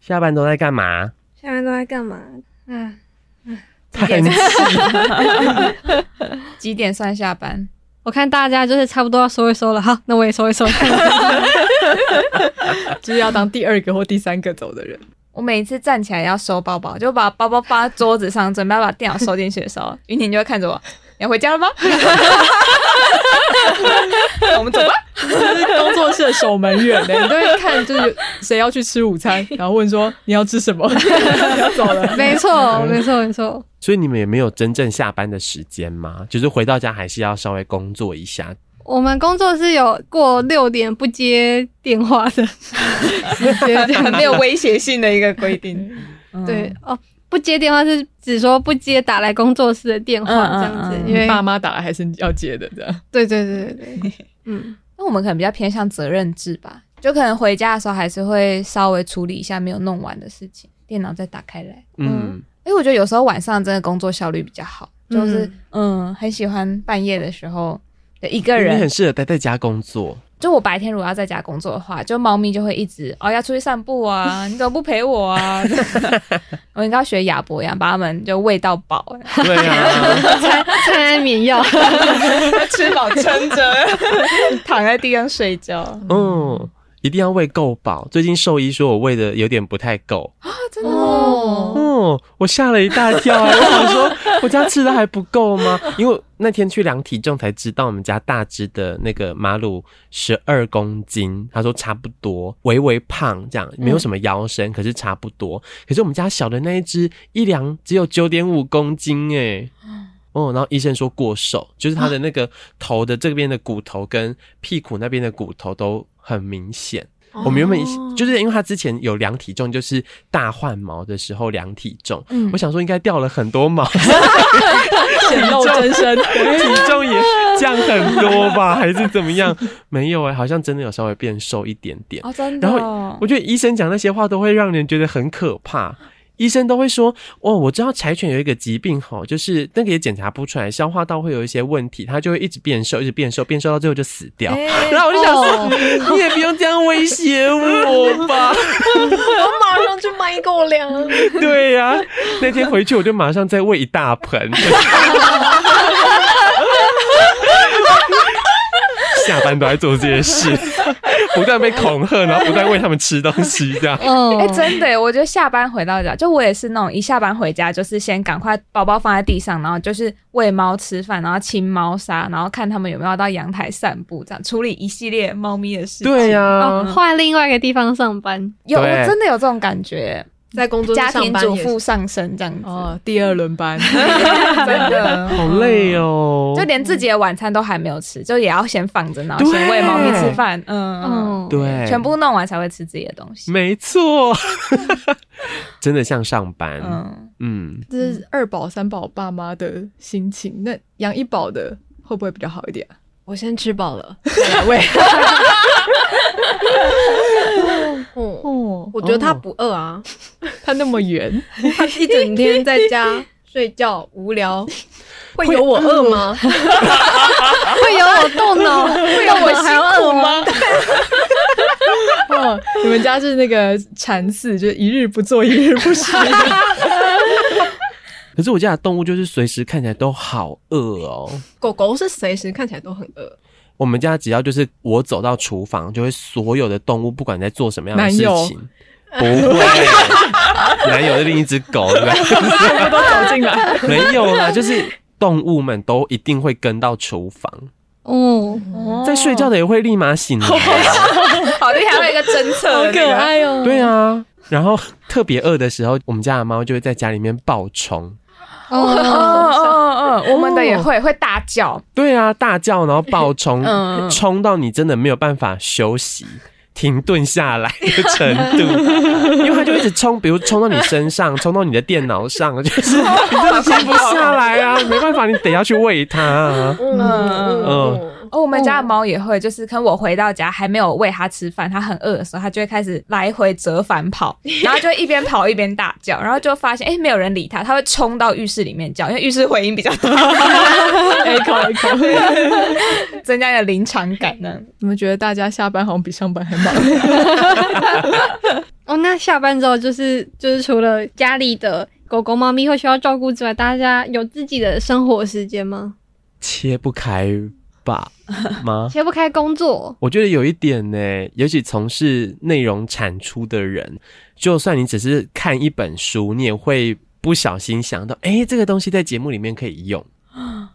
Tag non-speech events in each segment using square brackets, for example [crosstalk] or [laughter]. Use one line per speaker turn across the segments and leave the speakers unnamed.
下班都在干嘛？
现在都在干嘛？啊，
叹气。
几点算下班？
我看大家就是差不多要收一收了，好，那我也收一收。
就是要当第二个或第三个走的人。
嗯我每一次站起来要收包包，就把包包放在桌子上，准备要把电脑收进去的时候，云婷就会看着我：“你要回家了吗？”我们走吧。
就是工作室的守门员呢、你都会看就是谁要去吃午餐，然后问说你要吃什么， [laughs] [laughs] 要走
[laughs]
了。
没错， [laughs] 没错，没错。
[laughs] 所以你们也没有真正下班的时间吗？就是回到家还是要稍微工作一下。
我们工作室有过六点不接电话的时间，这样
很没有威胁性的一个规定。 [laughs] 嗯
对哦，不接电话是只说不接打来工作室的电话
嗯嗯
这样子，
嗯嗯
因
你
为
爸妈打来还是要接的，这样。
对对对对对， [laughs] 嗯，
那我们可能比较偏向责任制吧，就可能回家的时候还是会稍微处理一下没有弄完的事情，电脑再打开来。
嗯，
因为我觉得有时候晚上真的工作效率比较好，就是嗯很喜欢半夜的时候的一个
你
人
很。适合待在家工
[laughs]
作。
就我白天如果要在家工作的话，就猫咪就会一直哦要出去散步 [laughs] 啊，你怎么不陪我啊？ [laughs] 我应该要学亚伯一样，把它们就喂到饱，
对啊，
餐餐安眠药，
[laughs] 吃饱撑着， [laughs] 躺在地上睡觉啊，
嗯，一定要喂够饱。最近兽医说我喂的有点不太够，
真的哦。
哦，我吓了一大跳，啊我想说我家吃的还不够吗？因为那天去量体重才知道，我们家大只的那个马鲁十二公斤，他说差不多，微微胖这样，没有什么腰身，可是差不多。可是我们家小的那一只一量只有九点五公斤哎、哦，然后医生说过瘦，就是他的那个头的这边的骨头跟屁股那边的骨头都很明显。我们原本就是因为他之前有量体重，就是大换毛的时候量体重，
嗯
我想说应该掉了很多毛， [laughs]
显露真身，
体重也降很多吧，还是怎么样？没有哎、好像真的有稍微变瘦一点点。
哦，真的
然
哦、
嗯
后我觉得医生讲那些话都会让人觉得很可怕。医生都会说：“哦，我知道柴犬有一个疾病吼，就是那个也检查不出来，消化道会有一些问题，它就会一直变瘦，一直变瘦，变瘦到最后就死掉。
哎
然后我就想说，
哦
你也不用这样威胁我吧。
[laughs] 我马上去买狗粮。
对呀、那天回去我就马上再喂一大
[laughs]
盆。下班都在做这些事，不断被恐吓，然后不断喂他们吃东西，这样。
哦
哎、真的耶，我觉得下班回到家，就我也是那种一下班回家就是先赶快包包放在地上，然后就是喂猫吃饭，然后清猫砂，然后看它们有没有到阳台散步，这样处理一系列猫咪的事情。
[laughs] 对呀、
哦，换另外一个地方上班，
有我
对
真的有这种感觉，
在工作室
家
上
庭
班
主
也
妇上升这样子，
哦，第二轮 [laughs] 班，
真的。
好累哦
就。连自己的晚餐都还没有吃，就也要先放着，然后
对
先喂猫咪吃饭，嗯，
嗯，
对，
全部弄完才会吃自己的东西，
没错， [laughs] 真的像上班。
嗯，
嗯，
这是二宝、三宝爸妈的心情。那养一宝的会不会比较好一 [laughs] 点啊？
我先吃饱了。
喂，
嗯，
哦，
我觉得他不饿啊，
他那么圆，
他一整天在家睡觉
[laughs]
无聊，会有我饿吗？
会有我动脑，会有我还要饿吗？
哦，你们家是那个禅寺，就是一日不做一日不食。
可是我家的动物就是随时看起来都好饿哦。
狗狗是随时看起来都很饿，
我们家只要就是我走到厨房，就会所有的动物不管在做什么样的
男
事
友
情，不会。男友是另一只狗，对
[laughs]
吧？
[laughs] 全部都走进来。
没有啦，就是动物们都一定会跟到厨房，
哦，
在睡觉的也会立马醒来。
好厉害，还有一个侦测的那个，
哦
对啊，然后特别饿的时候，我们家的猫就会在家里面暴冲。
[laughs]
哦
哦，
哦哦，我们的也会会大叫，
对啊，大叫然后暴冲
嗯，
冲到你真的没有办法休息。停顿下来的程
[laughs]
度，因为它就一直冲，比如冲到你身上，冲到你的电脑上， [laughs]
[laughs]
就是你真的停不下来啊，没办法，你得要去喂它、啊。
嗯
嗯
嗯，
哦，我们家的猫也会，就是可能我回到家还没有喂它吃饭，它很饿的时候，它就会开始来回折返跑，然后就一边跑一边大叫，然后就发现哎、诶没有人理它，它会冲到浴室里面叫，因为浴室回音比较大，
，echo echo。
[laughs] 增加你的临场感呢。
你们觉得大家下班好像比上班还忙？
哦，那下班之后就是就是除了家里的狗狗、猫咪会需要照顾之外，大家有自己的生活时间吗？
切不开吧吗？
切不开工作，
我觉得有一点呢、也许从事内容产出的人，就算你只是看一本书，你也会不小心想到，哎、这个东西在节目里面可以用，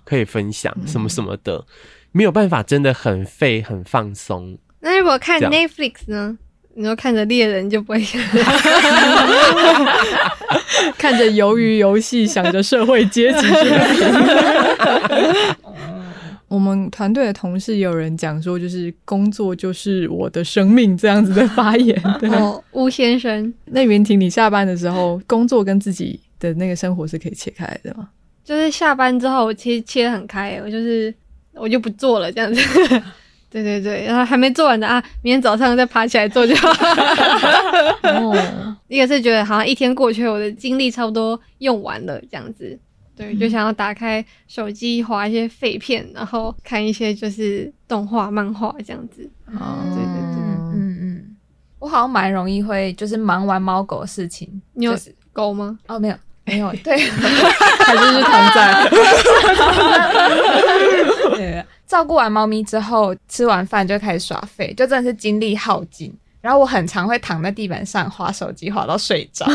可以分享什么什么的，没有办法，真的很废，很放松。
那如果看
这样
Netflix 呢？你说看着猎人就不会 [laughs] 想，
看着鱿鱼游戏，想着社会阶级这个题 [laughs] 我们团队的同事有人讲说，就是工作就是我的生命这样子的发言。对，
哦，吴先生
那袁婷，你下班的时候，工作跟自己的那个生活是可以切开的吗？
就是下班之后，我其实切得很开、我就是我就不做了这样子。 [laughs] 对对对，然后还没做完的啊，明天早上再爬起来做就好。
哦，
一个是觉得好像一天过去，我的精力差不多用完了这样子，对，就想要打开手机划一些废片，然后看一些就是动画、漫画这样子。
对
对对对
嗯嗯嗯，我好像蛮容易会就是忙完猫狗的事情，
你有
就是
狗吗？
哦没有没
[laughs]
有对。
还是是躺在
[laughs] 对，照顾完猫咪之后，吃完饭就开始耍废，就真的是精力耗尽。然后我很常会躺在地板上划手机，划到睡
[laughs]
着，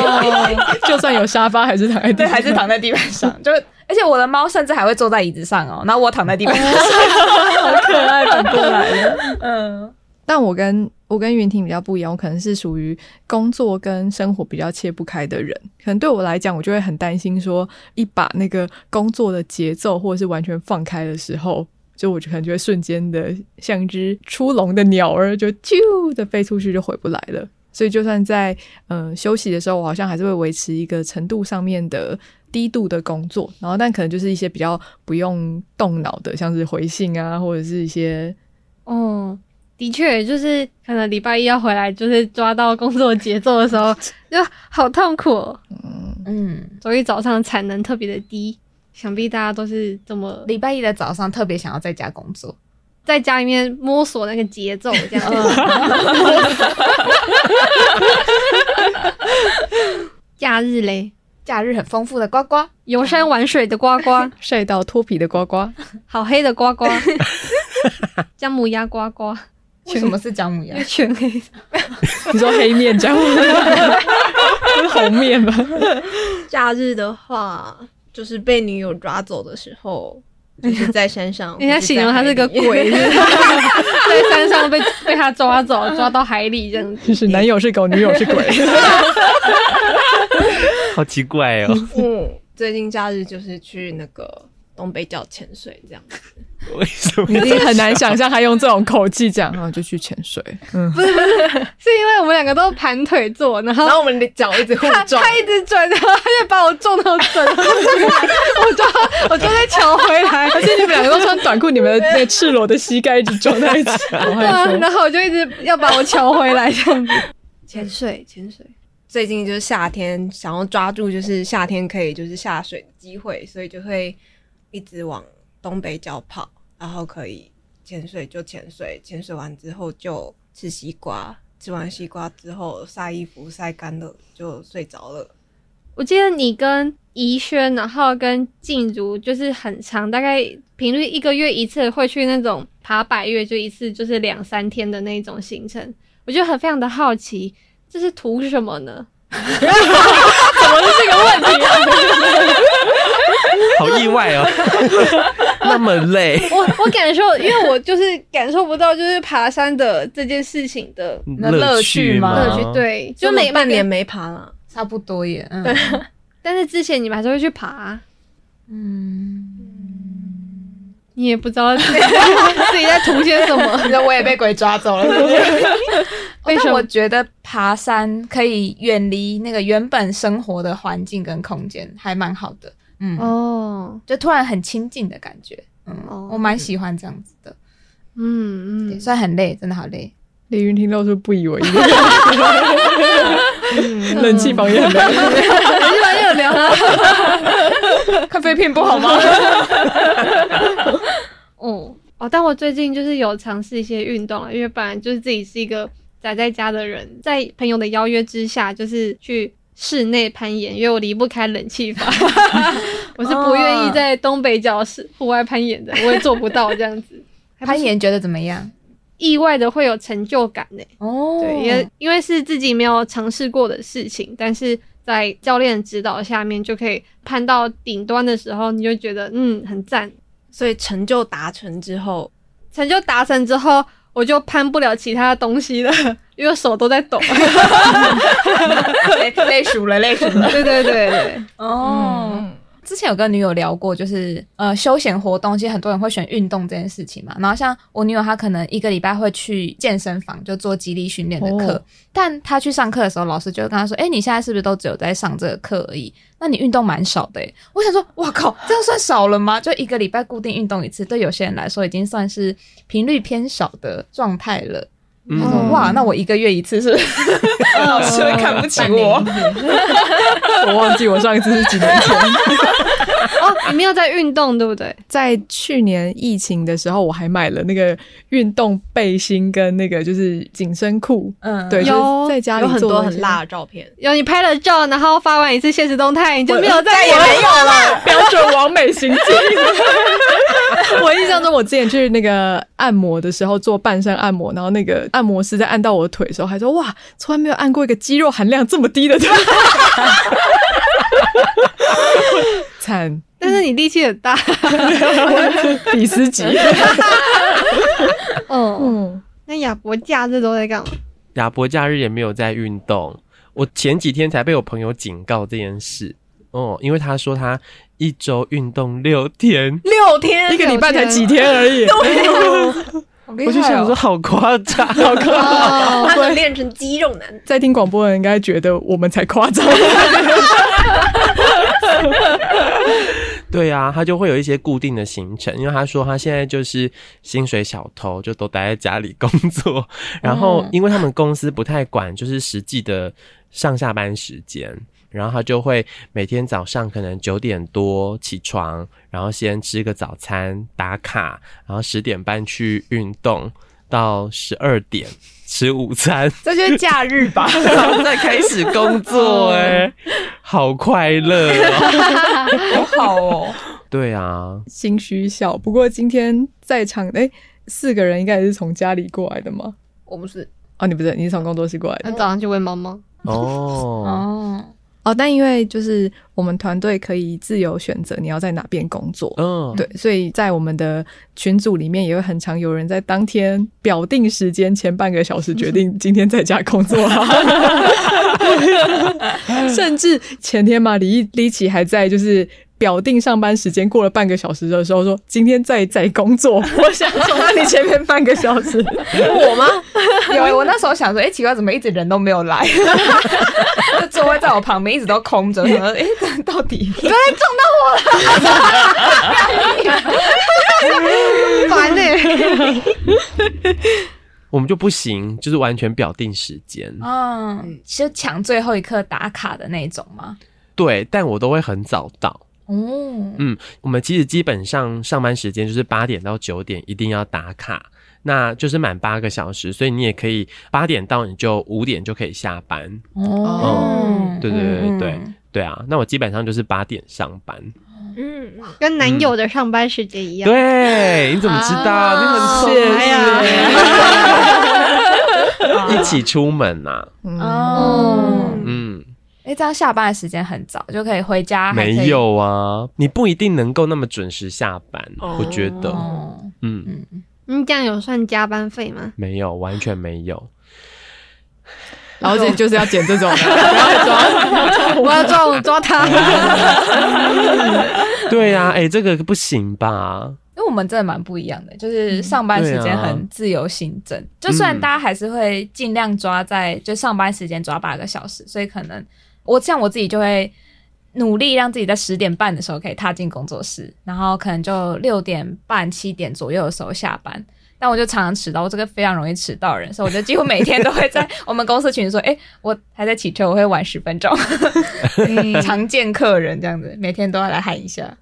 [laughs] 就算有沙发，还是躺在地
对，
上，
还是躺在地板上。就而且我的猫甚至还会坐在椅子上哦，然后我躺在地板
[laughs]
上。
可爱反过来了。
嗯，
但我跟我跟云婷比较不一样，我可能是属于工作跟生活比较切不开的人。可能对我来讲，我就会很担心说，一把那个工作的节奏或者是完全放开的时候，就我就可能就会瞬间的像一只出笼的鸟儿，就啾的飞出去就回不来了。所以就算在嗯、呃休息的时候，我好像还是会维持一个程度上面的低度的工作，然后但可能就是一些比较不用动脑的，像是回信啊，或者是一些
哦，的确，就是可能礼拜一要回来，就是抓到工作节奏的时 [laughs] 候，就好痛苦、哦。
嗯，
所以早上产能特别的低，想必大家都是这么
礼拜一的早上特别想要在家工作，
在家里面摸索那个节奏，这样子。嗯 [laughs] 假日嘞，
假日很丰富的呱呱。
游山玩水的呱 [laughs] 呱，
晒到脱皮的呱呱。
好黑的 [laughs] 呱呱，姜母鸭呱呱，
为什么是姜
[laughs]
母鸭？
全黑的。
你说黑面这样 [laughs] 吗？是红面吧？
假日的话，就是被女友抓走的时候，就是在
[laughs]
山上，
人家形容他是个鬼，是不是在山上被被他抓走，抓到海里这样子。
就是男友是狗，女友 [laughs] 是鬼。
好奇怪哦！
嗯，最近假日就是去那个东北角潜水，这样
[laughs] 为什么
你已经很难想象他用这种口气 [laughs] 讲，然后哦就去潜水。嗯，
是因为我们两个都盘腿坐，然后
然后我们的脚一直互
他
撞，
他一直转，然后他就把我撞到整，我就我就在 [laughs] 抢回来。
而且你们两个都穿短裤，你们的那个赤裸的膝盖一直撞在一 [laughs] 起，然后
对啊
还，说
然后我就一直要把我抢回来这样子。潜水，潜水，
最近就是夏天，想要抓住就是夏天可以就是下水的机会，所以就会一直往东北角跑，然后可以潜水就潜水，潜水完之后就吃西瓜，吃完西瓜之后晒衣服，晒干了就睡着了。
我记得你跟怡轩，然后跟静茹，就是很长，大概频率一个月一次会去那种爬百越，就一次就是两三天的那种行程。我就很非常的好奇，这是图什么呢？
好意外哦？ [laughs] 那么累，
[laughs] 我我感受，因为我就是感受不到，就是爬山的这件事情的啊
那乐趣
趣吗？
吗
乐趣。对，就
就每
每
半年
每个，
没爬了，
差不多耶。嗯
[laughs]
但是之前你们还是会去爬啊、
嗯，
你也不知道 [laughs] 自己在图些什么。
[laughs] 那我也被鬼抓
[laughs]
走了。
为什
但
么
哦我觉得爬山可以远离那个原本生活的环境跟空间，还蛮好的。嗯，
哦，
就突然很亲近的感觉。嗯，
哦
我蛮喜欢这样子的。
嗯
对，
嗯，
虽然很累，真的好
[laughs]
累。
李云婷露出不以为 [laughs] 意，
嗯
冷气房也很冷。
越来越
[laughs]
聊了。
看废片不
[laughs]
好吗？
哦哦，但我最近就是有尝试一些运动啊，因为本来就是自己是一个宅在家的人，在朋友的邀约之下，就是去室内攀岩，因为我离不开冷气房，我是不愿意在东北角室户外攀岩的，我也做不到这样子。
攀岩觉得怎么样？
意外的会有成就感呢、
哦
对，因为因为是自己没有尝试过的事情，但是在教练指导下面就可以攀到顶端的时候，你就觉得嗯很赞，
所以成就达成之后，
成就达成之后，我就攀不了其他的东西了， [laughs] 因为手都在 [laughs] 抖。
累累熟了，累熟了。
对对对对，
哦，之前有跟女友聊过，就是呃休闲活动，其实很多人会选运动这件事情嘛。然后像我女友，她可能一个礼拜会去健身房就做肌力训练的课，
哦
但她去上课的时候，老师就会跟她说：“哎、你现在是不是都只有在上这个课而已？那你运动蛮少的、欸。”我想说，哇靠，这样算少了吗？就一个礼拜固定运动一次，对有些人来说已经算是频率偏少的状态了。她说：“
嗯，
哇，那我一个月一次
[laughs]
是不是？老师会看不起我。”
我忘记我上一次是几年前，
哦，你没有在运动对不对？
[laughs] 在去年疫情的时候，我还买了那个运动背心跟那个就是紧身裤，
嗯
对，就
有
是在家里
有很
做
多
了一
很
些
辣的照片，
有你拍了照，然后发完一次现实动态，你就没有 [laughs] 在
也没有了。
标准完美行径。 [laughs] 我印象中，我之前去那个按摩的时候做半身按摩，然后那个按摩师在按到我的腿的时候，还说：“哇，从来没有按过一个肌肉含量这么低的腿。” [laughs] 惨，
但是你力气很大。
比斯吉。
嗯，
嗯，
[laughs] 那亚伯假日都在干嘛？
亚伯假日也没有在运动。我前几天才被我朋友警告这件事，哦，因为他说他一周运动六天，
六天
一个礼拜才几天而已。哦
哦
我就想说，好夸张，好夸张。
他 [laughs] 能练成肌肉男，
在听广播的人应该觉得我们才夸张。
对啊，他就会有一些固定的行程，因为他说他现在就是薪水小偷，就都待在家里工作。然后，
嗯
因为他们公司不太管，就是实际的上下班时间，然后他就会每天早上可能九点多起床，然后先吃个早餐打卡，然后十点半去运动，到十二点吃午餐，
这就是假日吧？
[laughs]
嗯
然后再开始工作、哎，好快乐、哦。
好好哦，
对啊，
心虚笑。不过今天在场哎、四个人应该也是从家里过来的吗？
我不是
哦，你不是，你是从工作室过来
那
的
早上去喂猫猫。
[laughs] 哦，
哦，
哦。但因为就是我们团队可以自由选择你要在哪边工作，
嗯，
哦对，所以在我们的群组里面也会很常有人在当天表定时间前半个小时决定今天在家工作啊甚至前天嘛，李李琦还在就是。表定上班时间过了半个小时的时候说，今天在在工作。我想说，那你前面半个小时，
我吗？ [laughs] 有欸，我那时候想说，哎、奇怪，怎么一直人都没有 [laughs] 来？就座位在我旁边一直都空着，我想说，哎、到底？对，
[laughs] 烦欸呢、
我们就不行，就是完全表定时间。
嗯，就抢最后一刻打卡的那种吗？
对，但我都会很早到。
哦，
嗯，我们其实基本上上班时间就是八点到九点，一定要打卡，那就是满八个小时，所以你也可以八点到你就五点就可以下班。
哦，
对对对对对
嗯
对啊，那我基本上就是八点上班。
嗯，
[laughs] 跟男友的上班时间一样。
对，你怎么知道？
啊
你很
哎
谢一起出门呐、
哦，
嗯，
哎、这样下班的时间很早，就可以回家，还可以
没。有啊，你不一定能够那么准时下班，
哦
我觉得，
哦，
嗯。
你这样有算加班费吗？
没有，完全没有。
然后这就是要剪这种的，不要装，
我要抓我抓 [laughs] 他。
对
[laughs]
呀、啊，哎、这个不行吧？
因为我们真的蛮不一样的，就是上班时
对
间
啊
很自由行政，就虽然大家还是会尽量抓在就上班时间抓八个小时，所以可能我像我自己就会努力让自己在十点半的时候可以踏进工作室，然后可能就六点半七点左右的时候下班。但我就常常迟到，我这个非常容易迟到的人，所以我就几乎每天都会在 [laughs] 我们公司群说：“哎、我还在骑车， [laughs] 我会晚十分钟。常见客人这样子，每天都要来喊一下。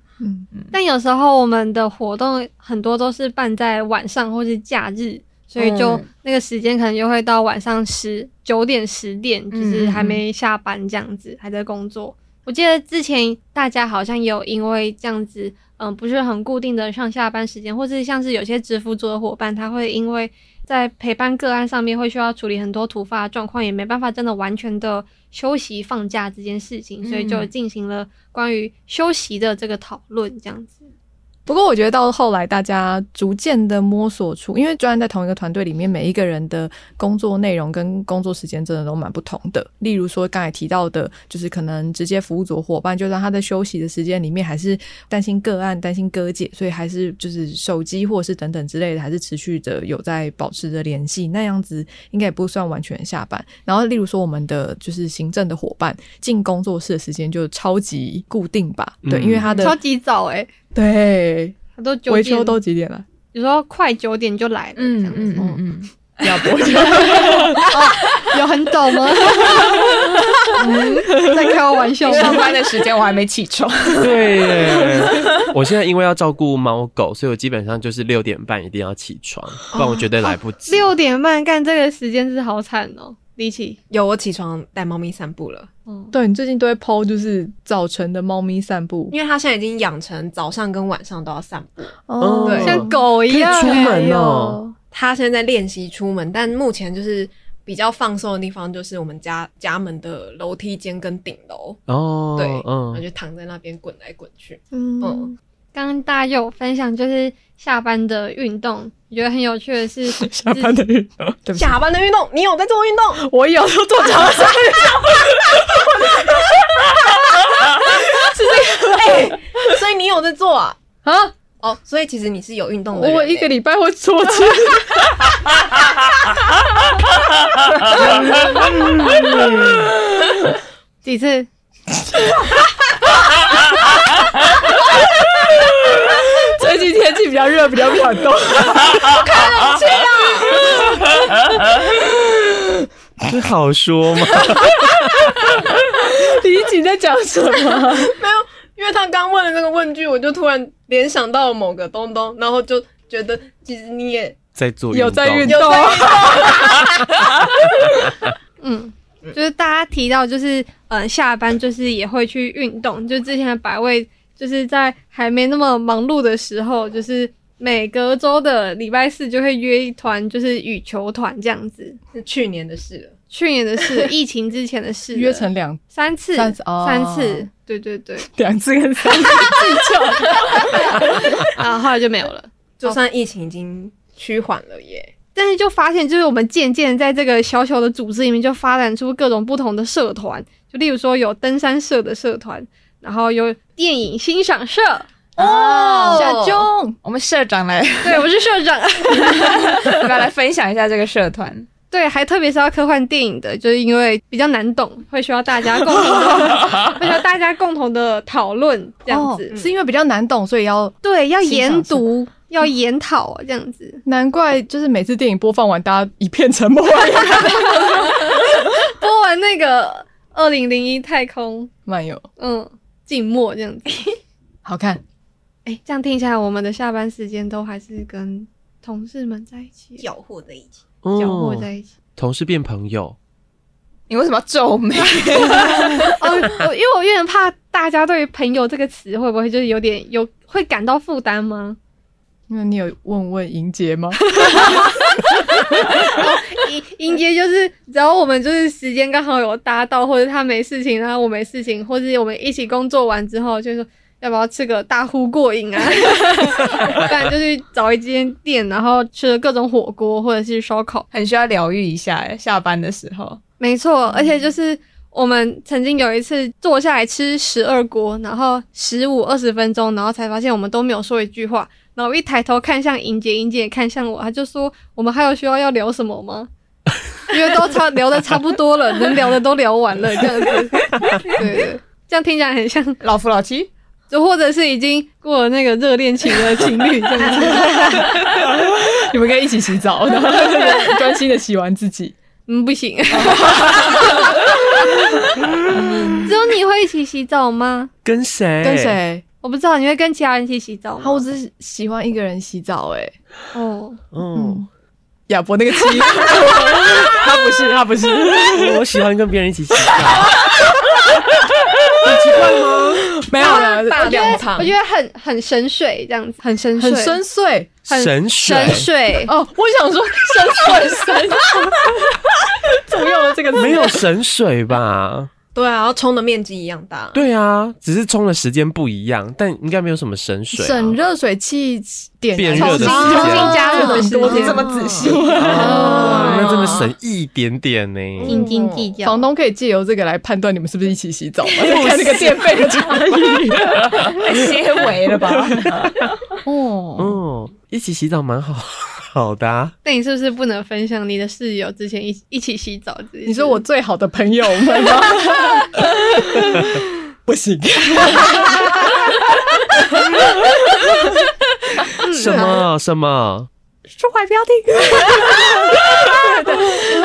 但有时候我们的活动很多都是办在晚上或是假日，所以就、
嗯
那个时间可能就会到晚上十九点十点，就是还没下班这样子，还在工作。我记得之前大家好像也有因为这样子，嗯，不是很固定的上下班时间，或是像是有些直辅组的伙伴，他会因为在陪伴个案上面会需要处理很多突发的状况，也没办法真的完全的休息放假这件事情，所以就
嗯
进行了关于休息的这个讨论，这样子。
不过我觉得到后来，大家逐渐的摸索出，因为专案在同一个团队里面，每一个人的工作内容跟工作时间真的都蛮不同的。例如说刚才提到的，就是可能直接服务组伙伴，就让他在休息的时间里面，还是担心个案、担心哥姐，所以还是就是手机或者是等等之类的，还是持续的有在保持着联系。那样子应该也不算完全下班。然后例如说我们的就是行政的伙伴进工作室的时间就超级固定吧，对，
嗯
因为他的
超级早诶、欸，
对。
他都九
维
点
修都几点了？
有时候快九点就来了，这样子，
嗯嗯，
要播
[laughs] 有很懂
[laughs]
吗？嗯在开我玩
[laughs]
笑
上
[laughs]
吗？
班的时间我还没起床，
对耶，我现在因为要照顾猫狗，所以我基本上就是六点半一定要起床，不然我绝对来不及。
哦
六点半干这个时间是好惨哦，李奇。
有我起床带猫咪散步了，
嗯，
对你最近都会剖，就是早晨的猫咪散步，
因为它现在已经养成早上跟晚上都要散步。
哦对
像狗一样、
可以出
哎
门
哦
哦。
它现在在练习出门，但目前就是比较放松的地方，就是我们家家门的楼梯间跟顶楼。
哦，
对，然后
嗯，
就躺在那边滚来滚去。
哦
嗯，
刚刚大家有分享就是下班的运动，我觉得很有趣的
[laughs]
是
下啊班的哦运动，对不起，
下班的运动，你有在做运动？
我有时候做
啊
早上，
哎所以你有在做啊？
[laughs] 啊，
哦，所以其实你是有运动的人欸、
我一个礼拜会做次， [laughs]
几次，
最近天气比较热，比较不想
[laughs]
动，
这好说 [laughs] 吗？
李锦在讲
[laughs]
什么？
没有，因为他刚问了这个问句，我就突然联想到了某个东东，然后就觉得其实你也
在做
有在运
运动
动，
嗯，就是大家提到就是嗯、呃下班就是也会去运动，就之前的百位就是在还没那么忙碌的时候，就是每隔周的礼拜四就会约一团就是羽球团这样子。
是去年的事了。
去年的事，
[laughs]
疫情之前的事了，
约成两
三次，
三次哦
三次对对对，
两次跟三次计较，
然啊后后来就没有了。
就算疫情已经趋缓了耶，
但是就发现，就是我们渐渐在这个小小的组织里面，就发展出各种不同的社团，就例如说有登山社的社团，然后有电影欣赏社，
哦
小钟，
我们社长
[laughs]
来，
对我是社长，
要不要来分享一下这个社团？
对，还特别是要科幻电影的，就是因为比较难懂，会需要大家共同的， [laughs] 会需要大家共同的讨论这样子，嗯
哦是因为比较难懂，所以要
对，要
欣赏
研读，要研讨这样子，
难怪就是每次电影播放完，大家一片沉默。 [laughs]
播完那个二零零一太空，
漫游
嗯，静默这样子。
好看，
哎、这样听起来，我们的下班时间都还是跟同事们在一起，
搅和在一起。
搅和
哦，
在一起。
同事变朋友，
你为什么要皱眉？ [laughs]
哦，我 [laughs] 因为我有点怕大家对于“朋友”这个词会不会就是有点有会感到负担 [laughs] 吗？
那你有问问莹姐吗？ [laughs]
莹莹杰就是，只要我们就是时间刚好有搭到，或者他没事情，然后我没事情，或者我们一起工作完之后，就说要不要吃个大呼过瘾 [laughs] 啊？不然就是找一间店，然后吃各种火锅或者是烧烤。
很需要疗愈一下哎，下班的时候。
没错，而且就是我们曾经有一次坐下来吃十二锅，然后十五二十分钟，然后才发现我们都没有说一句话。然后我一抬头看向莹姐，莹姐也看向我，她就说：“我们还有需要要聊什么吗？” [laughs] 因为都差聊的差不多了，能聊的都聊完了，这样子。对对，这样听起来很像，
老夫老妻，
就或者是已经过了那个热恋期的情侣这样子。
你们可以一起洗澡，然后那
[laughs]
个专心的洗完自己。
嗯，不行。 [laughs] 只有你会一起洗澡吗？
跟谁？
跟？谁？
我不知道你会跟其他人一起洗澡吗？
啊，我只喜欢一个人洗澡、欸，哎，
哦，
嗯，
亚伯那个七，
他不是，他不 [laughs] 是，我喜欢跟别人一起 [laughs] 洗澡，很奇怪吗？
[laughs] 没有了，
哦我觉
两
得
旁
我觉得很很深邃，这样子很深邃，
很深邃
很
神水
深邃。
哦。我想说深
[laughs]
邃深
啊
邃，怎么用了这个字？
没有神水吧？
对啊，然后冲的面积一样大。
对啊，只是冲的时间不一样，但应该没有什么神水、啊。
省热水器点
变
燃
热的
重新
时间
重新
加热的时间
很多
啊这么仔细，
哦，那真的省一点点呢、
嗯
斤斤计较，
房东可以借由这个来判断你们是不是一起洗澡
[laughs]
吗？
[laughs]
看那个电费的差异。
太些微了
[laughs]
吧？哦，
嗯，一起洗澡蛮好好的、啊，
那你是不是不能分享你的室友之前一一起洗澡这件事？
你说我最好的朋友们吗？
不行。什
[laughs]
么什么？
说坏标的，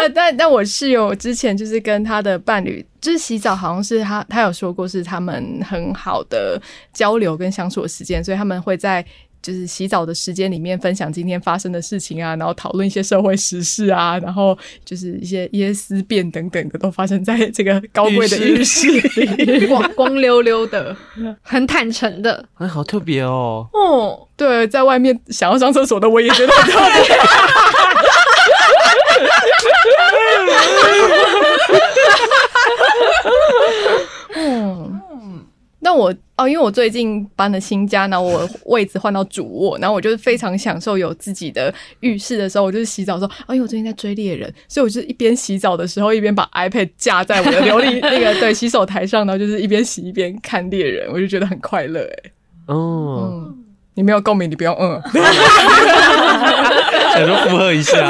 [laughs] 呃 [laughs] 但但我室友之前就是跟他的伴侣，就是洗澡，好像是他他有说过是他们很好的交流跟相处的时间，所以他们会在。就是洗澡的时间里面分享今天发生的事情啊，然后讨论一些社会时事啊，然后就是一些一些思辨等等的都发生在这个高贵的浴
浴
室里。 [laughs]
光光溜溜的
[laughs] 很坦诚的，
哎，好特别哦！
哦，
对，在外面想要上厕所的我也觉得很特别。嗯，那我哦，因为我最近搬了新家，然后我位置换到主卧，然后我就是非常享受有自己的浴室的时候，我就是洗澡的时候，哎、因为我最近在追猎人，所以我就是一边洗澡的时候，一边把 iPad 架在我的琉璃那个对洗手台上，然后就是一边洗一边看猎人，我就觉得很快乐、哎，
哦，
嗯，你没有共鸣，你不用嗯。
嗯
想说附和一下，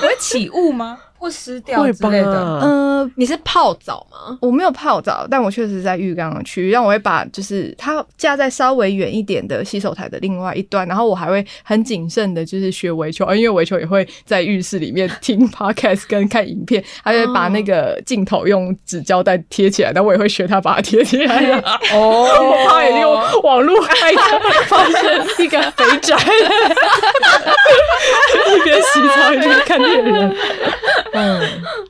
会起雾吗？或湿掉
会
之类的？
吧？
呃，
你是泡澡吗？
我没有泡澡，但我确实在浴缸的区域，让我会把就是它架在稍微远一点的洗手台的另外一端，然后我还会很谨慎的，就是学围球，呃因为围球也会在浴室里面听 [laughs] podcast 跟看影片，还会把那个镜头用纸胶带贴起来，但我也会学他把它贴起来。
[laughs] 哦，
[laughs] 我怕也用网络害他发现一个肥宅， [laughs] 一边洗澡一边看电影。嗯。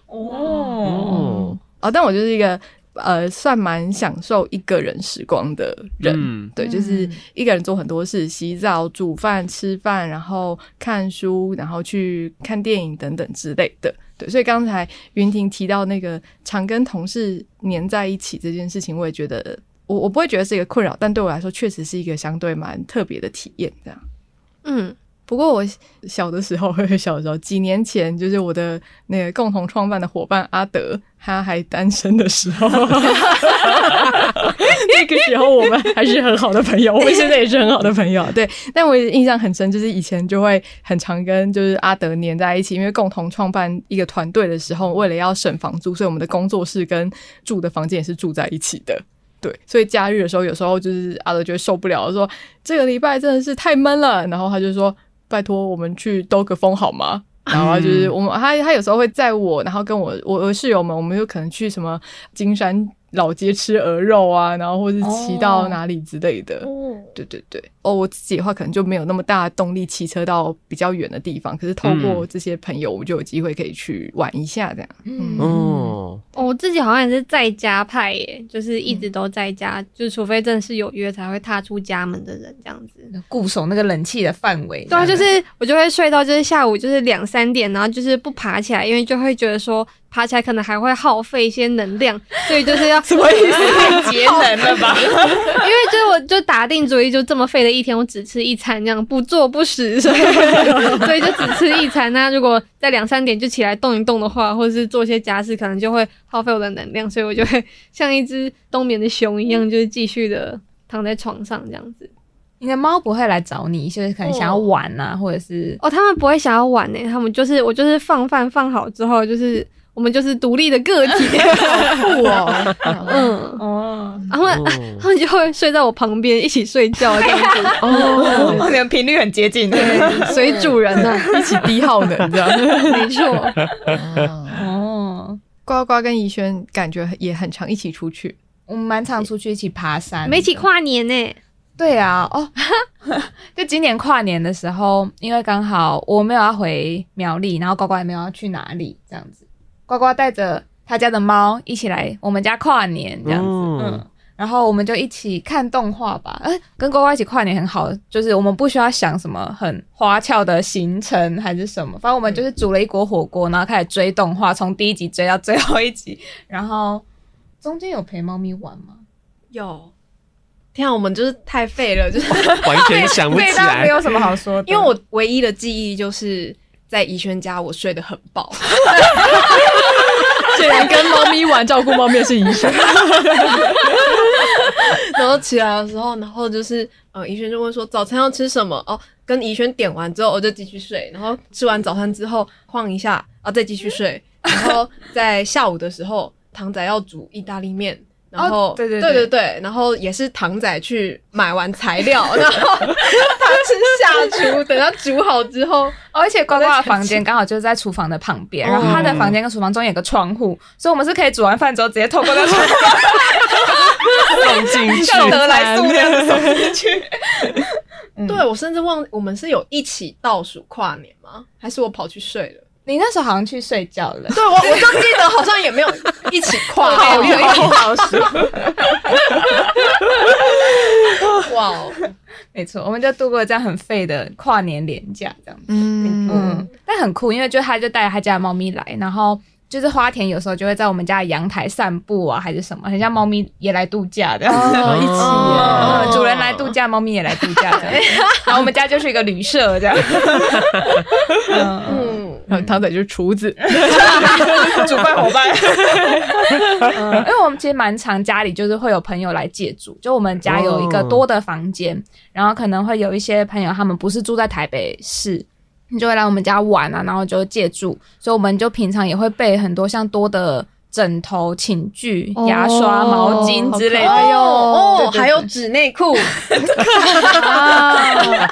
哦，
哦，
哦，但我就是一个呃，算蛮享受一个人时光的人。
嗯
对，就是
嗯
一个人做很多事，洗澡、煮饭、吃饭，然后看书，然后去看电影等等之类的。对，所以刚才云婷提到那个常跟同事黏在一起这件事情，我也觉得我我不会觉得是一个困扰，但对我来说确实是一个相对蛮特别的体验。这样。
嗯，
不过我小的时候，小的时候几年前，就是我的那个共同创办的伙伴阿德，他还单身的时候，那个时候我们还是很好的朋友，我们现在也是很好的朋友。对，但我印象很深，就是以前就会很常跟就是阿德黏在一起，因为共同创办一个团队的时候，为了要省房租，所以我们的工作室跟住的房间也是住在一起的。对，所以假日的时候，有时候就是阿德就会受不了，说这个礼拜真的是太闷了，然后他就说拜托我们去兜个风好吗？然后就是我们他他有时候会载我，然后跟我我我室友们，我们就可能去什么金山老街吃鹅肉啊，然后或是骑到
哦
哪里之类的。对对对，哦，我自己的话可能就没有那么大的动力骑车到比较远的地方，可是透过这些朋友，我就有机会可以去玩一下这样。
嗯
哦，
哦我自己好像也是在家派耶，就是一直都在家，就是除非真的是有约才会踏出家门的人这样子。
固守那个冷气的范围。
对啊，就是我就会睡到就是下午就是两三点，然后就是不爬起来，因为就会觉得说爬起来可能还会耗费一些能量， [laughs] 所以就是要什么意思？
太节能了 [laughs] 吧？
因为就是我就打定主意，就这么废的一天，我只吃一餐，这样不做不食，所以所以就只吃一餐。那如果在两三点就起来动一动的话，或者是做一些家事，可能就会耗费我的能量，所以我就会像一只冬眠的熊一样，就是继续的躺在床上这样子。
你的猫不会来找你，就是可能想要玩啊，或者是
哦，他们不会想要玩呢、欸他们就是我就是放饭放好之后，就是我们就是独立的个
[laughs]
体，
酷哦， [laughs]
嗯，
哦，
然后他们
哦
他们就会睡在我旁边一起睡觉这样子，
哦，
你们频率很接近。
随主人呢、
一起低耗能这样。
没
[laughs]
错。
哦，
呱呱跟怡轩感觉也很常一起出去，
我们蛮常出去一起爬山，
我们一起跨年呢、
对啊，哦， [laughs] 就今年跨年的时候，因为刚好我没有要回苗栗，然后呱呱也没有要去哪里，这样子，呱呱带着他家的猫一起来我们家跨年，这样子，
嗯
嗯。然后我们就一起看动画吧， [laughs] 呃，跟呱呱一起跨年很好，就是我们不需要想什么很花俏的行程还是什么，反正我们就是煮了一锅火锅，然后开始追动画，从第一集追到最后一集，然后中间有陪猫咪玩
[laughs]
吗？
有，天啊，我们就是太废了，就是
完全想不
[laughs] 这
起
一段没
来。
有什么好说的，
因为我唯一的记忆就是在怡轩家，我睡得很
[laughs]
饱。
竟然跟猫咪玩，照顾猫咪是医生。
[laughs] 然后起来的时候，然后就是呃，怡轩就问说早餐要吃什么？哦，跟怡轩点完之后，我就继续睡。然后吃完早餐之后晃一下，啊，再继续睡。然后在下午的时候，唐仔要煮意大利面。然后、
哦对对
对
对
对然后也是唐仔去买完材料，然后他是下厨，等他煮好之后，
而且呱呱的房间刚好就是在厨房的旁
哦
边，然后他的房间跟厨房中间有个窗户，所以我们是可以煮完饭之后直接透过那窗户 [laughs]
放进去，
像得来速那样子走进去。嗯
对我甚至忘我们是有一起倒数跨年吗？还是我跑去睡了？
你那时候好像去睡觉了，
对我我就记得好像也没有一起跨 [laughs]
好
年，
好说，
哇哦！
[laughs] 没错，我们就度过这样很废的跨年连假，这样。
嗯
嗯，但很酷，因为就他就带着他家的猫咪来，然后就是花田有时候就会在我们家的阳台散步啊，还是什么，很像猫咪也来度假的。
哦，一
哦
起
嗯， [laughs] 主人来度假，猫咪也来度假这样，然后我们家就是一个旅社这样。嗯，
嗯，
耶，然后唐仔就是厨子，
主办伙伴。嗯，因为我们其实蛮常家里就是会有朋友来借住，就我们家有一个多的房间，然后可能会有一些朋友他们不是住在台北市。你就会来我们家玩啊，然后就借住，所以我们就平常也会备很多像多的枕头、寝具、牙刷、
哦
毛巾之类的。
好可爱
哎呦
哦
对对对
还有纸内 [laughs] 裤，
[laughs]
超赞！
啊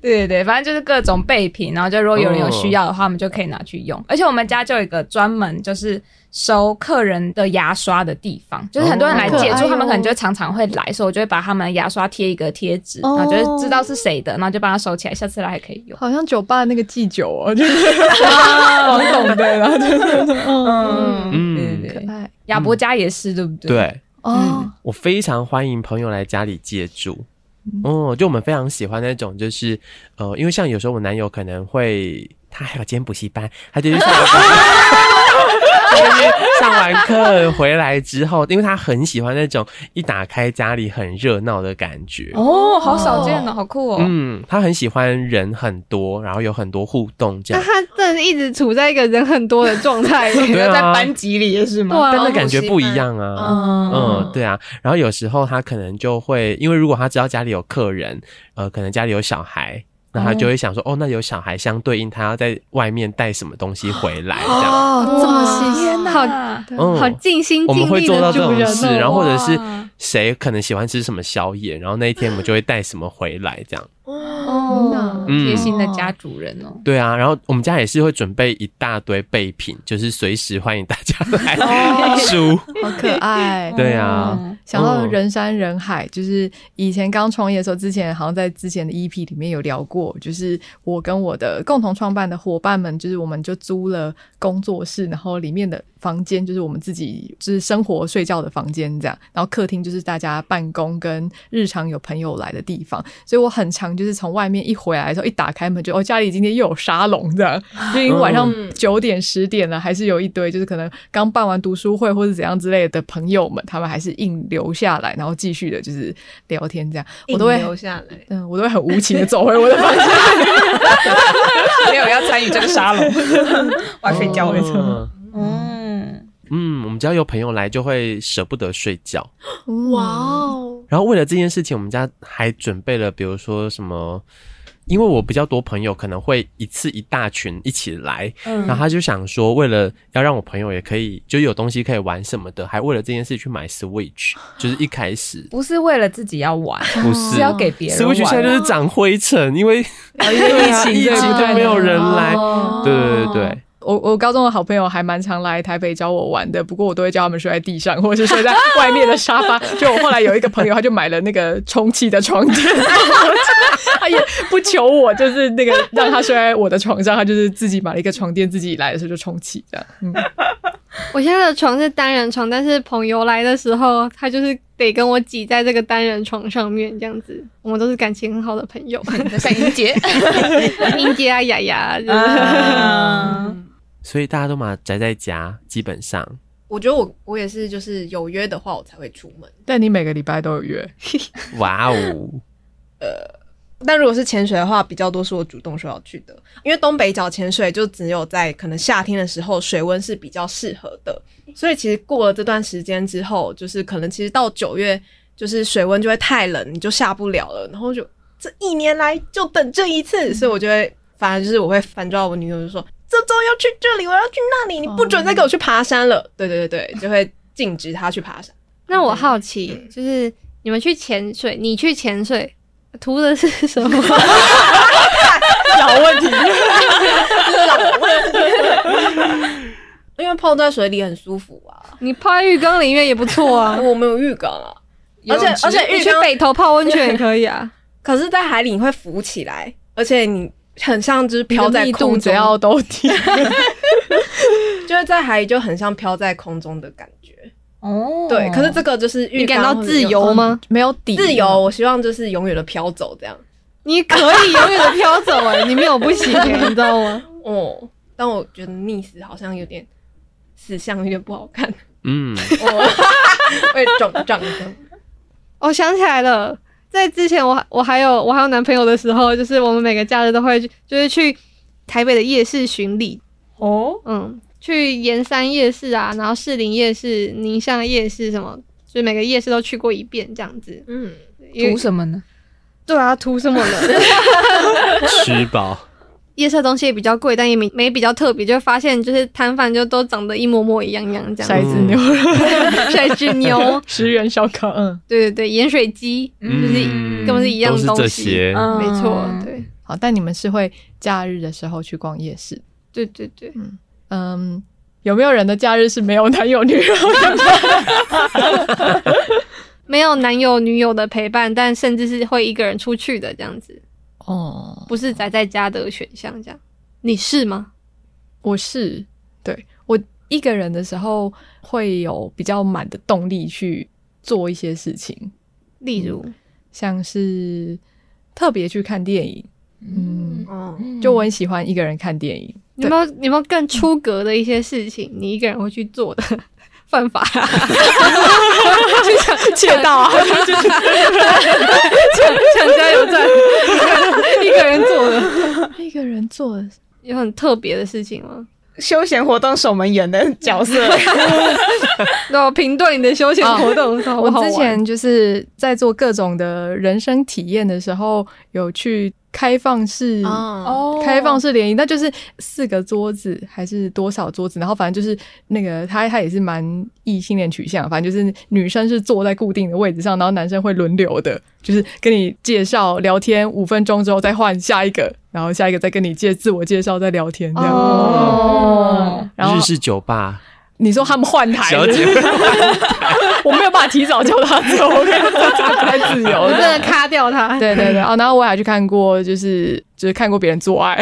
对对对，反正就是各种备品，然后就如果有人有需要的话，我们就可以拿去用。而且我们家就有一个专门就是收客人的牙刷的地方，就是很多人来借
哦好可
住，
爱哦
他们可能就常常会来，所以我就会把他们的牙刷贴一个贴纸，然
哦
后就是知道是谁的，然后就帮他收起来，下次来还可以用。
好像酒吧那个祭酒哦，就是
哦 [laughs]
王董的，然后就是
嗯，
嗯
嗯对对
可
对，
爱
亚伯家也是，对不对？，
对，
哦，
我非常欢迎朋友来家里借住。
嗯
哦，就我们非常喜欢那种，就是呃，因为像有时候我男友可能会，他还有兼补习班，他就去上完 [laughs] 课，他就去上完课回来之后，因为他很喜欢那种一打开家里很热闹的感觉。
哦，好少见哦，好酷哦。
嗯，他很喜欢人很多，然后有很多互动这
那
样，
他真的是一直处在一个人很多的
[laughs]
状态耶，
你
对啊
们在班级里也是吗？
对啊
但那感觉不一样啊。
嗯
嗯，对啊，然后有时候他可能就会，因为如果他知道家里有客人，呃，可能家里有小孩，那他就会想说，哦，那有小孩相对应，他要在外面带什么东西回来，这样，
哦，这么细，
天
哪
好
嗯
[laughs] 好尽心
我们
尽
会
力
做到
的
这
主
种
人
事，
哦，
然后或者是
哇
谁可能喜欢吃什么宵夜，然后那一天我们就会带什么回来，这样，
哦，
嗯
贴心的家主人哦。
对啊，然后我们家也是会准备一大堆备品，就是随时欢迎大家 [laughs]
哦
来输，
好可爱。
对啊，
想到
嗯
人山人海，就是以前刚创业的时候，之前好像在之前的 EP 里面有聊过，就是我跟我的共同创办的伙伴们，就是我们就租了工作室，然后里面的房间就是我们自己就是生活睡觉的房间这样，然后客厅就是大家办公跟日常有朋友来的地方，所以我很常就是从外面一回来的时候，一打开门就哦家里今天又有沙龙这
[laughs]
样，就已经晚上
嗯
九点十点了，还是有一堆就是可能刚办完读书会或者怎样之类的朋友们，他们还是硬留下来，然后继续的就是聊天这样，我都会
硬留下来。
嗯，我都会很无情的走回我的房间。
没有要参与这个沙龙， [laughs] 哦我要睡觉了。
嗯
嗯，
嗯，我们只要有朋友来，就会舍不得睡觉。
哇 [laughs] 哦，
然后为了这件事情，我们家还准备了，比如说什么，因为我比较多朋友，可能会一次一大群一起来，然后他就想说，为了要让我朋友也可以就有东西可以玩什么的，还为了这件事去买 Switch，就是一开始
不是为了自己要玩，
不是
是要给别人玩。啊
Switch 现在就是长灰尘，因为
因为疫情
[laughs] 疫情
对不
就
对
没有人来，
哦
对对对对，
我我高中的好朋友还蛮常来台北找我玩的，不过我都会叫他们睡在地上，或者是睡在外面的沙发。就我后来有一个朋友，他就买了那个充气的床垫， [laughs] 他也不求我，就是那个让他睡在我的床上，他就是自己买了一个床垫，自己来的时候就充气这样。嗯，
我现在的床是单人床，但是朋友来的时候，他就是得跟我挤在这个单人床上面，这样子，我们都是感情很好的朋友。
像莹姐，
英姐啊，雅雅，就是
嗯，
所以大家都嘛宅在家，基本上
[laughs] 我觉得我我也是，就是有约的话我才会出门。
但你每个礼拜都有约，
哇哦，
但如果是潜水的话，比较多是我主动说要去的，因为东北角潜水就只有在可能夏天的时候水温是比较适合的，所以其实过了这段时间之后，就是可能其实到九月，就是水温就会太冷，你就下不了了，然后就这一年来就等这一次，所以我就会，反而就是我会反抓我女友就说，这周要去这里，我要去那里，你不准再给我去爬山
哦
了，对对对对，就会禁止她去爬山。
那我好奇，就是你们去潜水，你去潜水图的是什
[laughs]
么？
小问题，
因为泡在水里很舒服啊，
你泡在浴缸里面也不错啊，
我没有浴缸啊，而且
游泳池
而且
你
浴
去
缸啊
北头泡温泉也可以啊。
可是，在海里你会浮起来，而且你很像就是飘在
密度
[laughs] 空
只
中，
要都低。
就是在海里就很像飘在空中的感觉。
哦
对，可是这个就是浴
你感
缸
到
或者嗯
自
游
由吗？
没有底，
自由，我希望就是永远的飘走这样。
你可以永远的飘走
[laughs]
哎、你没有不行、欸，你知道吗？
哦，但我觉得溺死好像有点死相有点不好看， [laughs]
嗯，
会肿胀的。
我哦想起来了，在之前我我还有我还有男朋友的时候，就是我们每个假日都会去就是去台北的夜市巡礼，
哦，
嗯，去盐山夜市啊，然后士林夜市、宁夏夜市什么，就是每个夜市都去过一遍这样子。
嗯，
因为
图什么呢？
对啊，图什么了？
吃
[laughs]
饱，
夜市的东西也比较贵，但也没没比较特别，就发现就是摊贩就都长得一模模一样样这
骰
样
是
子，
子牛肉，
骰子
[laughs]
牛，
十元小烤，嗯，
对对对，盐水鸡就是
嗯，
根本是一样
都
的
是
东西，
这些，
没错，
嗯，
对
好。但你们是会假日的时候去逛夜市，
对对对，
嗯。有没有人的假日是没有男友女友的？ [laughs]
没有男友女友的陪伴，但甚至是会一个人出去的这样子，
哦，
不是宅在家的选项这样。你是吗？
我是对我一个人的时候会有比较满的动力去做一些事情，
例如，
像是特别去看电影，嗯，
哦，
就我很喜欢一个人看电影。
你有没有你有没有更出格的一些事情，你一个人会去做的 [laughs] 犯法、
窃盗
[laughs]
啊，
抢加油站，一个人做的
啊一个人做的
有很特别的事情吗？
休闲活动守门员的角色，
那我评断你的休闲活动的时候，
我
好
之
玩
前就是在做各种的人生体验的时候，有去开放式
哦，
开放式联谊，那就是四个桌子还是多少桌子，然后反正就是那个他他也是蛮异性恋取向，反正就是女生是坐在固定的位置上，然后男生会轮流的，就是跟你介绍聊天五分钟之后再换下一个，然后下一个再跟你介自我介绍再聊天这样。
哦，
然后
日式酒吧，
你说他们换台
小姐，
[laughs] 我没有办法提早叫他走，我看他太自由
我真的
了。
卡掉他。
对对对，哦，然后我还去看过，就是就是看过别人做爱，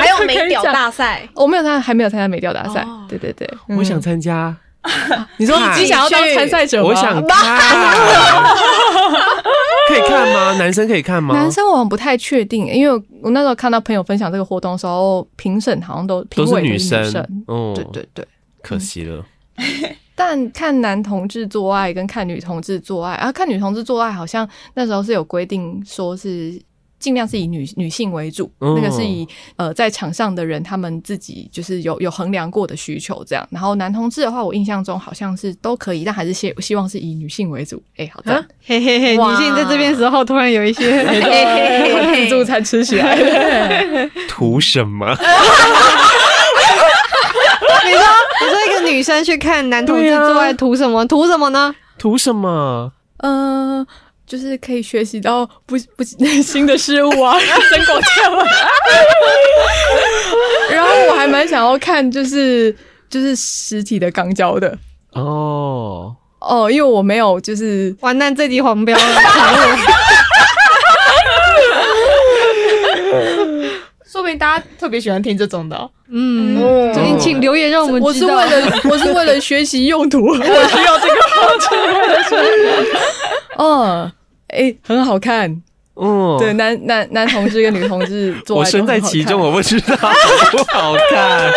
还有美屌大赛，
我哦没有参，还没有参加美调大赛
哦。
对对对，
我想参加，
嗯 [laughs] 你说你
自己
想要当
去
参赛者吗？
我想
[laughs]
看，可以看吗？男生可以看吗？
男生我好像不太确定，因为我我那时候看到朋友分享这个活动的时候，评审好像都评
都
委
是
女
生，哦，
对嗯对对。
可惜了，
但看男同志做爱跟看女同志做爱，啊，看女同志做爱好像那时候是有规定，说是尽量是以女女性为主，
哦
那个是以呃在场上的人他们自己就是有有衡量过的需求这样。然后男同志的话，我印象中好像是都可以，但还是希希望是以女性为主。哎、好的，
啊嘿嘿嘿，
哇
女性在这边时候突然有一
[laughs]
些，
我自助餐吃起来。
图什么？ [laughs]
你说你说一个女
啊
生去看男同志做爱图什么？图什么呢？
图什么？
呃，就是可以学习到不不 [laughs] 新的事物 [laughs] 啊，真搞笑啊。 [laughs] 然后我还蛮想要看，就是就是实体的钢胶的
哦，
哦，因为我没有就是
完蛋，这集黄标了。
说不定大家特别喜欢听这种的哦、
[laughs] 嗯，
嗯
所以请留言让我们
我
知
是为
道。
了 [laughs] 我是为了学习用途， [laughs] 我需要这 [laughs] 个嗯，哎、很好看。
嗯，
对，，男男男同志跟女同志做
我
爱都
身在
很好
其
看
中，，我不知
[laughs]
道好不好看。
嗯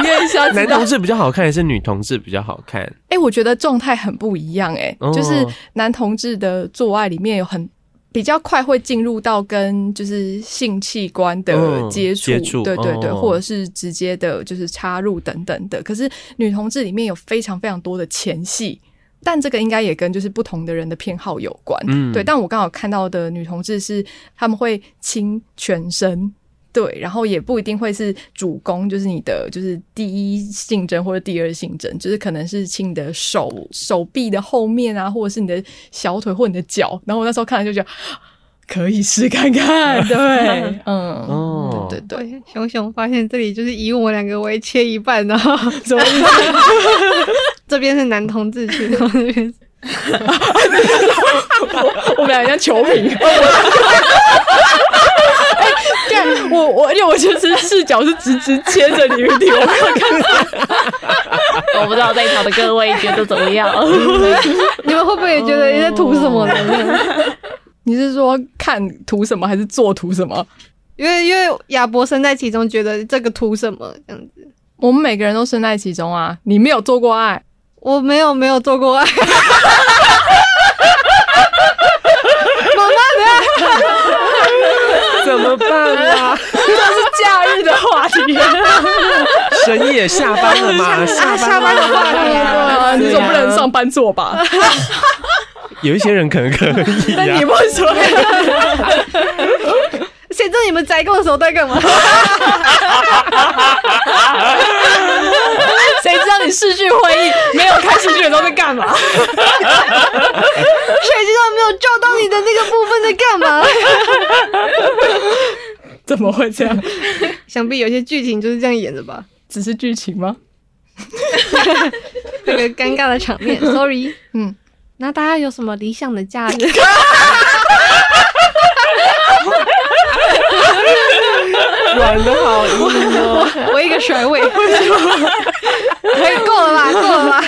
你可以下次
男同志比较好看，还是女同志比较好看？
哎、我觉得状态很不一样、欸，哎、
哦
就是男同志的做爱里面有很比较快会进入到跟就是性器官的
嗯
接触、
接触
对对对，
哦
或者是直接的就是插入等等的。可是女同志里面有非常非常多的前戏。但这个应该也跟就是不同的人的偏好有关，
嗯
对。但我刚好看到的女同志是他们会亲全身，对，然后也不一定会是主攻，就是你的就是第一性征或者第二性征，就是可能是亲你的手手臂的后面啊，或者是你的小腿或你的脚。然后我那时候看了就觉得啊可以试看看，对，嗯，
哦，
对对，
对，熊熊发现这里就是以我们两个为切一半，然后
什么意思？
[laughs] 这边是男同志区，然后这边是
我们俩像 [laughs] 球哎评。干我我，而且我就是视角是直直切着你的，我没有看 [laughs]
我不知道在场的各位觉得怎么样？
你们会不会觉得你在图什么呢？
你是说看图什么还是做图什么？
因为因为亚伯身在其中，觉得这个图什么这样子。
我们每个人都身在其中啊！你没有做过爱，
我没有没有做过爱。妈妈
怎么办啊？
[laughs] 是假日的话题。
神也下班了
[laughs]
嘛，下班
下班的话题
对啊，你总不能上班做 [laughs] 吧？
有一些人可能可以啊
但你
呀。
不说，
谁知道你们宅购的时候在干嘛？ [laughs]
谁知道你视讯会议没有开视讯的时候在干嘛？
谁知道没有照到你的那个部分在干嘛？
[laughs]
[laughs]
怎么会这样？
想必有些剧情就是这样演的吧？
只是剧情吗？
[laughs] 那个尴尬的场面，sorry。
嗯，
那大家有什么理想的假日？
玩的好硬哦，
[laughs] 我一个甩尾，可以够了吧？够了吧？